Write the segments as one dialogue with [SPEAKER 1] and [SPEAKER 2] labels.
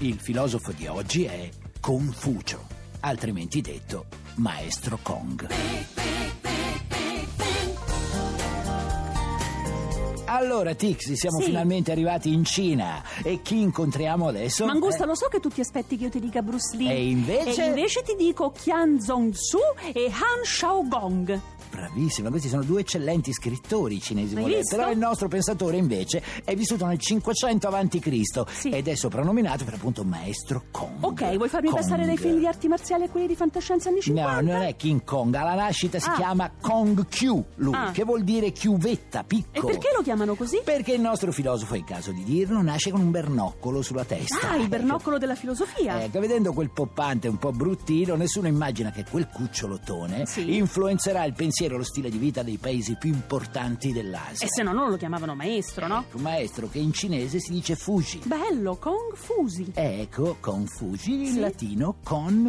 [SPEAKER 1] Il filosofo di oggi è Confucio, altrimenti detto Maestro Kong. Allora Tixi, siamo
[SPEAKER 2] Sì.
[SPEAKER 1] finalmente arrivati in Cina e chi incontriamo adesso?
[SPEAKER 2] Mangusta,
[SPEAKER 1] Eh,
[SPEAKER 2] lo so che tu ti aspetti che io ti dica Bruce Lee.
[SPEAKER 1] E invece-
[SPEAKER 2] E invece ti dico Qian Zong-su e Han Shaogong.
[SPEAKER 1] Bravissima, questi sono due eccellenti scrittori cinesi
[SPEAKER 2] Hai
[SPEAKER 1] moderni.
[SPEAKER 2] visto?
[SPEAKER 1] Però il nostro pensatore invece è vissuto nel 500 a.C.
[SPEAKER 2] Sì.
[SPEAKER 1] ed è soprannominato per appunto Maestro Kong.
[SPEAKER 2] Ok, vuoi farmi
[SPEAKER 1] Kong.
[SPEAKER 2] passare dai film di arti marziali a quelli di fantascienza anni 50?
[SPEAKER 1] No, non è King Kong, alla nascita si
[SPEAKER 2] Ah.
[SPEAKER 1] chiama Kong Q, lui,
[SPEAKER 2] Ah.
[SPEAKER 1] che vuol dire chiuvetta,
[SPEAKER 2] E
[SPEAKER 1] picco.
[SPEAKER 2] perché lo chiamano così?
[SPEAKER 1] Perché il nostro filosofo, è il caso di dirlo, nasce con un bernoccolo sulla testa.
[SPEAKER 2] Ah, il bernoccolo della filosofia.
[SPEAKER 1] Ecco, vedendo quel poppante un po' bruttino, nessuno immagina che quel cucciolotone
[SPEAKER 2] Sì.
[SPEAKER 1] influenzerà il pensiero e lo stile di vita dei paesi più importanti dell'Asia.
[SPEAKER 2] E se no non lo chiamavano maestro, no?
[SPEAKER 1] Ecco, maestro che in cinese si dice Fuji.
[SPEAKER 2] Bello, confusi.
[SPEAKER 1] Ecco, Confuci, in
[SPEAKER 2] Sì.
[SPEAKER 1] latino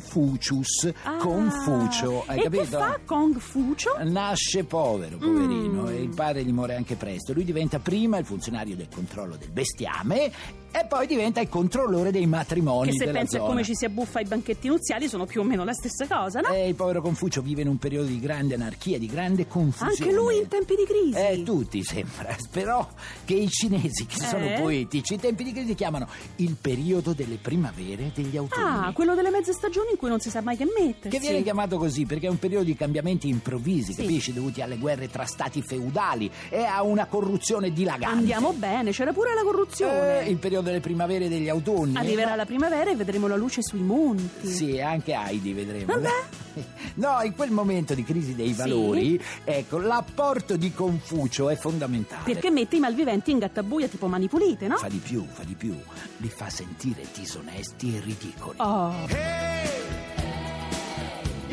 [SPEAKER 1] Confucius,
[SPEAKER 2] Ah,
[SPEAKER 1] Confucio, hai
[SPEAKER 2] e
[SPEAKER 1] capito?
[SPEAKER 2] che fa Confucio?
[SPEAKER 1] Nasce povero, poverino,
[SPEAKER 2] Mm.
[SPEAKER 1] e il padre gli muore anche presto. Lui diventa prima il funzionario del controllo del bestiame e poi diventa il controllore dei matrimoni
[SPEAKER 2] Che se
[SPEAKER 1] della
[SPEAKER 2] pensi a
[SPEAKER 1] zona.
[SPEAKER 2] come ci si abbuffa ai banchetti nuziali sono più o meno la stessa cosa, no?
[SPEAKER 1] E Eh, il povero Confucio vive in un periodo di grande anarchia, di grande confusione.
[SPEAKER 2] Anche lui in tempi di crisi.
[SPEAKER 1] Eh, tutti sembra, però che i cinesi, che sono
[SPEAKER 2] Eh?
[SPEAKER 1] poetici, i tempi di crisi chiamano il periodo delle primavere e degli autunni.
[SPEAKER 2] Ah, quello delle mezze stagioni in cui non si sa mai che mettersi.
[SPEAKER 1] Che viene chiamato così perché è un periodo di cambiamenti improvvisi,
[SPEAKER 2] Sì.
[SPEAKER 1] capisci, dovuti alle guerre tra stati feudali e a una corruzione dilagante.
[SPEAKER 2] Andiamo bene, c'era pure la corruzione.
[SPEAKER 1] Eh, il periodo delle primavere e degli autunni.
[SPEAKER 2] Arriverà la primavera e vedremo la luce sui monti.
[SPEAKER 1] Sì, anche Heidi vedremo.
[SPEAKER 2] Vabbè.
[SPEAKER 1] No, in quel momento di crisi dei valori, ecco, l'apporto di Confucio è fondamentale.
[SPEAKER 2] Perché mette i malviventi in gattabuia tipo mani pulite, no?
[SPEAKER 1] Fa di più, fa di più. Li fa sentire disonesti e ridicoli.
[SPEAKER 2] Oh,
[SPEAKER 3] Hey,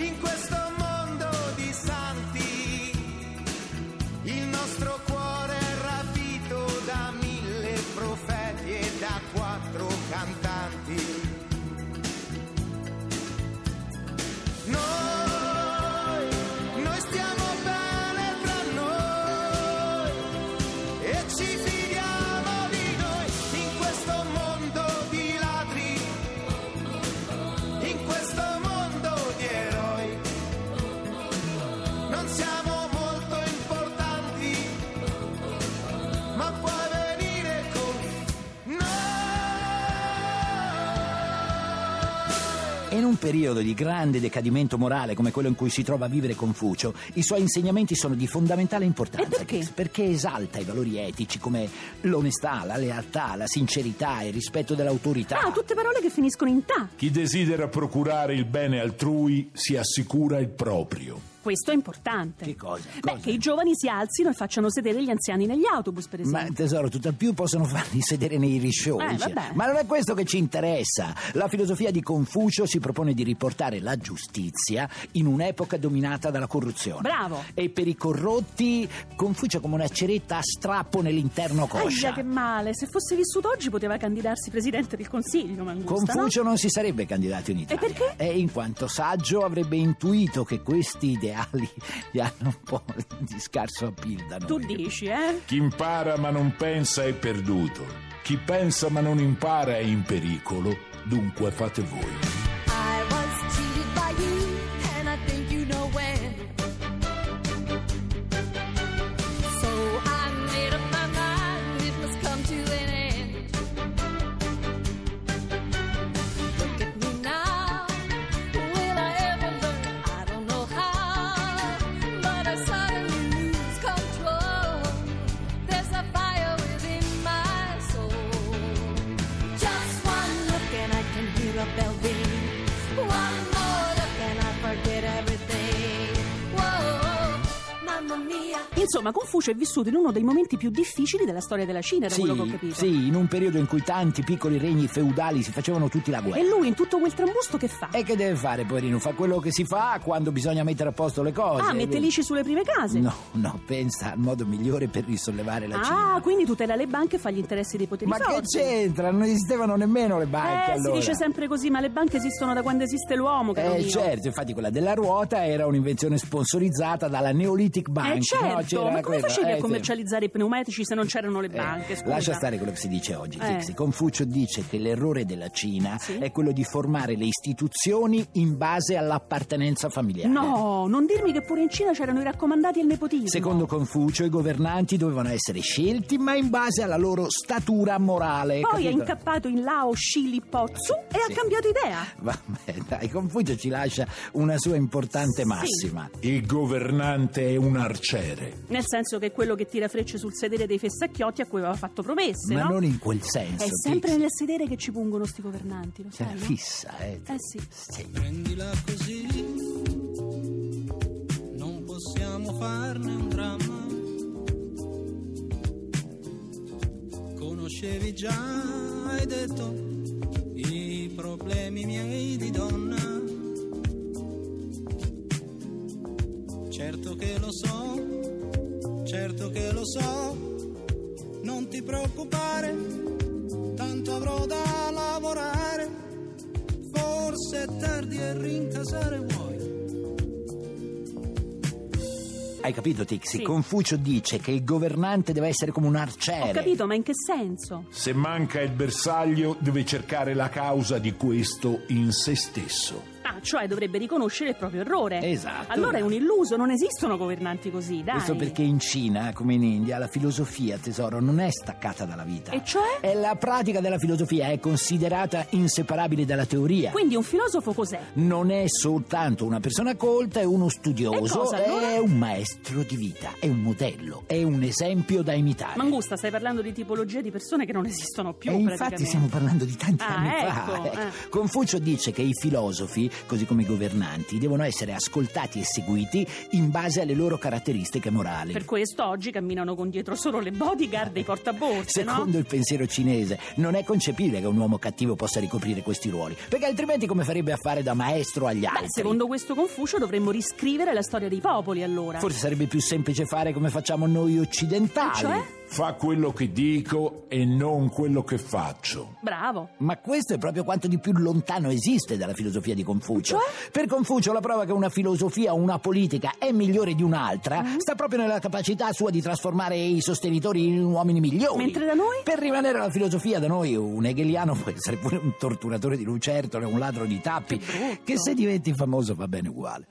[SPEAKER 3] in questo mondo di santi, il nostro cuore è rapito da mille profeti e da quattro cantanti. Noi, noi stiamo bene tra noi e ci fidiamo di noi in questo mondo di ladri in questo mondo di eroi. Non siamo molto importanti, ma puoi venire con noi.
[SPEAKER 1] E In un periodo di grande decadimento morale come quello in cui si trova a vivere Confucio, i suoi insegnamenti sono di fondamentale importanza.
[SPEAKER 2] E perché?
[SPEAKER 1] Chris, Perché esalta i valori etici come l'onestà, la lealtà, la sincerità, il rispetto dell'autorità.
[SPEAKER 2] ah, tutte parole che finiscono in ta.
[SPEAKER 4] Chi desidera procurare il bene altrui si assicura il proprio.
[SPEAKER 2] Questo è importante.
[SPEAKER 1] Che cosa?
[SPEAKER 2] Beh,
[SPEAKER 1] Cosa?
[SPEAKER 2] che i giovani si alzino e facciano sedere gli anziani negli autobus, per esempio.
[SPEAKER 1] Ma tesoro, tutt'al più possono farli sedere nei
[SPEAKER 2] Esatto. Eh,
[SPEAKER 1] riscioli. cioè.
[SPEAKER 2] vabbè.
[SPEAKER 1] Ma non è questo che ci interessa. La filosofia di Confucio si propone di riportare la giustizia in un'epoca dominata dalla corruzione.
[SPEAKER 2] Bravo.
[SPEAKER 1] E per i corrotti, Confucio è come una ceretta a strappo nell'interno coscia.
[SPEAKER 2] Ahia, che male. Se fosse vissuto oggi poteva candidarsi presidente del consiglio, Mangusta,
[SPEAKER 1] Confucio non si sarebbe candidato in Italia.
[SPEAKER 2] perché?
[SPEAKER 1] E in quanto saggio avrebbe intuito che questi ideali gli hanno un po' di scarso appeal da
[SPEAKER 2] no?
[SPEAKER 1] noi.
[SPEAKER 2] Tu dici, eh?
[SPEAKER 4] Chi impara ma non pensa è perduto. Chi pensa ma non impara è in pericolo. Dunque fate voi.
[SPEAKER 5] I was cheated by you, and I think you know when. So I made up my mind it must come to an end. Look at me now, will I ever learn? I don't know how, but I suddenly lose control. There's a fire within my soul. Just one look and I can hear a bell ring.
[SPEAKER 2] Insomma, Confucio è vissuto in uno dei momenti più difficili della storia della Cina, da
[SPEAKER 1] Sì,
[SPEAKER 2] quello che ho capito.
[SPEAKER 1] sì, in un periodo in cui tanti piccoli regni feudali si facevano tutti la guerra.
[SPEAKER 2] E lui in tutto quel trambusto che fa?
[SPEAKER 1] E che deve fare, poverino? Fa quello che si fa quando bisogna mettere a posto le cose.
[SPEAKER 2] ah, mette lisci sulle prime case.
[SPEAKER 1] No, no, pensa al modo migliore per risollevare la Cina.
[SPEAKER 2] ah, quindi tutela le banche e fa gli interessi dei poteri
[SPEAKER 1] Ma che
[SPEAKER 2] forti.
[SPEAKER 1] c'entra? Non esistevano nemmeno le
[SPEAKER 2] Eh,
[SPEAKER 1] banche
[SPEAKER 2] si
[SPEAKER 1] allora.
[SPEAKER 2] dice sempre così, ma le banche esistono da quando esiste l'uomo, caro
[SPEAKER 1] Eh
[SPEAKER 2] mio.
[SPEAKER 1] certo, infatti quella della ruota era un'invenzione sponsorizzata dalla Neolithic Bank.
[SPEAKER 2] Eh
[SPEAKER 1] no?
[SPEAKER 2] certo,
[SPEAKER 1] C'era
[SPEAKER 2] ma come
[SPEAKER 1] quella-
[SPEAKER 2] facevi
[SPEAKER 1] eh,
[SPEAKER 2] a
[SPEAKER 1] sì.
[SPEAKER 2] commercializzare i pneumatici se non c'erano le
[SPEAKER 1] Eh,
[SPEAKER 2] banche? Scusa.
[SPEAKER 1] lascia stare quello che si dice oggi,
[SPEAKER 2] Eh.
[SPEAKER 1] Tixi. Confucio dice che l'errore della Cina
[SPEAKER 2] Sì?
[SPEAKER 1] è quello di formare le istituzioni in base all'appartenenza familiare.
[SPEAKER 2] No, non dirmi che pure in Cina c'erano i raccomandati e il nepotismo.
[SPEAKER 1] Secondo Confucio i governanti dovevano essere scelti ma in base alla loro statura morale.
[SPEAKER 2] Poi è
[SPEAKER 1] capito?
[SPEAKER 2] incappato in Lao Shili Pozzu e
[SPEAKER 1] Sì.
[SPEAKER 2] ha cambiato idea.
[SPEAKER 1] Vabbè, dai, Confucio ci lascia una sua importante
[SPEAKER 2] Sì.
[SPEAKER 1] massima.
[SPEAKER 4] Il governante è un arciere.
[SPEAKER 2] Nel senso che è quello che tira frecce sul sedere dei fessacchiotti a cui aveva fatto promesse,
[SPEAKER 1] Ma
[SPEAKER 2] no?
[SPEAKER 1] non in quel senso.
[SPEAKER 2] È sempre
[SPEAKER 1] Tixi.
[SPEAKER 2] nel sedere che ci pungono sti governanti, lo
[SPEAKER 1] C'è
[SPEAKER 2] sai,
[SPEAKER 1] la
[SPEAKER 2] no?
[SPEAKER 1] fissa, eh.
[SPEAKER 2] Eh sì.
[SPEAKER 6] Prendila così, non possiamo farne un dramma. Conoscevi già, hai detto, i problemi miei di donna. Certo che lo so, certo che lo so, non ti preoccupare, tanto avrò da lavorare. Forse è tardi e rincasare vuoi.
[SPEAKER 1] Hai capito, Tixi?
[SPEAKER 2] Sì.
[SPEAKER 1] Confucio dice che il governante deve essere come un arciere.
[SPEAKER 2] Ho capito, ma in che senso?
[SPEAKER 4] Se manca il bersaglio, deve cercare la causa di questo in se stesso.
[SPEAKER 2] Ah, cioè dovrebbe riconoscere il proprio errore.
[SPEAKER 1] Esatto.
[SPEAKER 2] Allora è un illuso, non esistono governanti così, dai.
[SPEAKER 1] Questo perché in Cina, come in India, la filosofia, tesoro, non è staccata dalla vita.
[SPEAKER 2] E cioè?
[SPEAKER 1] E la pratica della filosofia è considerata inseparabile dalla teoria.
[SPEAKER 2] Quindi un filosofo cos'è?
[SPEAKER 1] non è soltanto una persona colta, è uno studioso,
[SPEAKER 2] E cosa, allora?
[SPEAKER 1] è un maestro di vita, è un modello, è un esempio da imitare.
[SPEAKER 2] Mangusta, stai parlando di tipologie di persone che non esistono più.
[SPEAKER 1] e infatti
[SPEAKER 2] praticamente.
[SPEAKER 1] stiamo parlando di tanti
[SPEAKER 2] Ah,
[SPEAKER 1] anni
[SPEAKER 2] ecco,
[SPEAKER 1] fa. ecco.
[SPEAKER 2] eh.
[SPEAKER 1] Confucio dice che i filosofi, così come i governanti, devono essere ascoltati e seguiti in base alle loro caratteristiche morali.
[SPEAKER 2] Per questo oggi camminano con dietro solo le bodyguard e i portaborse,
[SPEAKER 1] Secondo il pensiero cinese, non è concepibile che un uomo cattivo possa ricoprire questi ruoli, perché altrimenti come farebbe a fare da maestro agli
[SPEAKER 2] no?
[SPEAKER 1] altri?
[SPEAKER 2] Beh, secondo questo Confucio dovremmo riscrivere la storia dei popoli allora.
[SPEAKER 1] Forse sarebbe più semplice fare come facciamo noi occidentali.
[SPEAKER 2] Cioè?
[SPEAKER 4] Fa quello che dico e non quello che faccio.
[SPEAKER 2] Bravo.
[SPEAKER 1] Ma questo è proprio quanto di più lontano esiste dalla filosofia di Confucio.
[SPEAKER 2] Cioè?
[SPEAKER 1] Per Confucio la prova che una filosofia o una politica è migliore di un'altra
[SPEAKER 2] Mm-hmm.
[SPEAKER 1] sta proprio nella capacità sua di trasformare i sostenitori in uomini migliori.
[SPEAKER 2] Mentre da noi?
[SPEAKER 1] Per rimanere alla filosofia da noi un hegeliano può essere pure un torturatore di lucertole, un ladro di tappi,
[SPEAKER 2] Che brutto.
[SPEAKER 1] che se diventi famoso va bene uguale.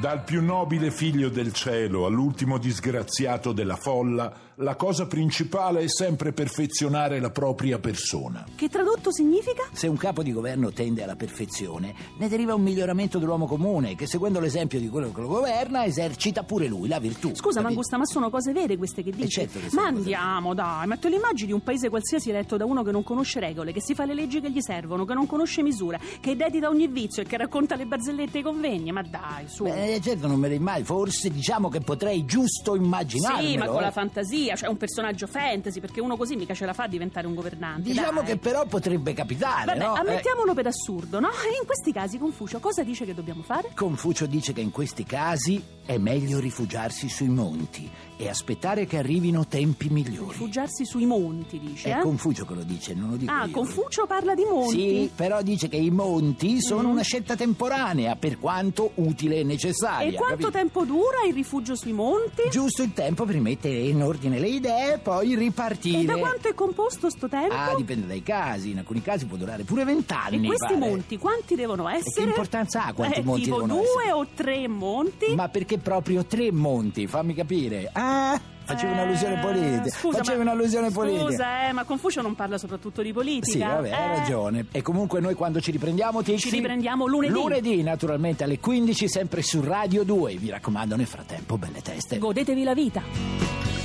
[SPEAKER 4] Dal più nobile figlio del cielo all'ultimo disgraziato della folla, la cosa principale è sempre perfezionare la propria persona.
[SPEAKER 2] Che tradotto significa?
[SPEAKER 1] Se un capo di governo tende alla perfezione, ne deriva un miglioramento dell'uomo comune che, seguendo l'esempio di quello che lo governa, esercita pure lui la virtù.
[SPEAKER 2] Scusa,
[SPEAKER 1] capito?
[SPEAKER 2] Mangusta, ma sono cose vere queste che dici?
[SPEAKER 1] certo che sono
[SPEAKER 2] ma
[SPEAKER 1] cose
[SPEAKER 2] andiamo, dai, ma te le immagini un paese qualsiasi eletto da uno che non conosce regole, che si fa le leggi che gli servono, che non conosce misura, che dedita ogni vizio e che racconta le barzellette ai convegni? Ma dai, su.
[SPEAKER 1] Beh, eh, certo, non me ne mai. Forse diciamo che potrei giusto immaginarmelo.
[SPEAKER 2] Sì, ma con
[SPEAKER 1] eh.
[SPEAKER 2] la fantasia, cioè un personaggio fantasy, perché uno così mica ce la fa a diventare un governante.
[SPEAKER 1] Diciamo
[SPEAKER 2] dai.
[SPEAKER 1] che però potrebbe capitare,
[SPEAKER 2] Vabbè,
[SPEAKER 1] no? Eh,
[SPEAKER 2] ammettiamolo per assurdo, no? E in questi casi Confucio cosa dice che dobbiamo fare?
[SPEAKER 1] Confucio dice che in questi casi è meglio rifugiarsi sui monti e aspettare che arrivino tempi migliori.
[SPEAKER 2] Rifugiarsi sui monti, dice,
[SPEAKER 1] È
[SPEAKER 2] eh?
[SPEAKER 1] Confucio che lo dice, non lo dico
[SPEAKER 2] Ah,
[SPEAKER 1] io.
[SPEAKER 2] Confucio parla di monti.
[SPEAKER 1] Sì, però dice che i monti sono
[SPEAKER 2] Mhm.
[SPEAKER 1] una scelta temporanea, per quanto utile e necessaria.
[SPEAKER 2] E quanto
[SPEAKER 1] capito?
[SPEAKER 2] tempo dura il rifugio sui monti?
[SPEAKER 1] Giusto il tempo per rimettere in ordine bene le idee e poi ripartire.
[SPEAKER 2] E da quanto è composto sto tempo?
[SPEAKER 1] Ah, dipende dai casi, in alcuni casi può durare pure
[SPEAKER 2] e
[SPEAKER 1] vent'anni.
[SPEAKER 2] questi
[SPEAKER 1] pare.
[SPEAKER 2] monti quanti devono essere?
[SPEAKER 1] importanza ha quanti
[SPEAKER 2] Eh,
[SPEAKER 1] monti
[SPEAKER 2] tipo
[SPEAKER 1] devono
[SPEAKER 2] due
[SPEAKER 1] essere?
[SPEAKER 2] o tre monti?
[SPEAKER 1] Ma perché proprio tre monti? Fammi capire. Ah, facevo
[SPEAKER 2] Eh,
[SPEAKER 1] un'allusione politica.
[SPEAKER 2] scusa,
[SPEAKER 1] facevo
[SPEAKER 2] ma-
[SPEAKER 1] un'allusione politica.
[SPEAKER 2] Scusa, eh, ma Confucio non parla soprattutto di politica.
[SPEAKER 1] Sì, vabbè, hai
[SPEAKER 2] eh.
[SPEAKER 1] ragione. E comunque noi quando ci riprendiamo, ti
[SPEAKER 2] Ci riprendiamo lunedì.
[SPEAKER 1] Lunedì, naturalmente, alle 15, sempre su Radio 2. Vi raccomando, nel frattempo, belle teste.
[SPEAKER 2] Godetevi la vita.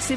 [SPEAKER 2] Se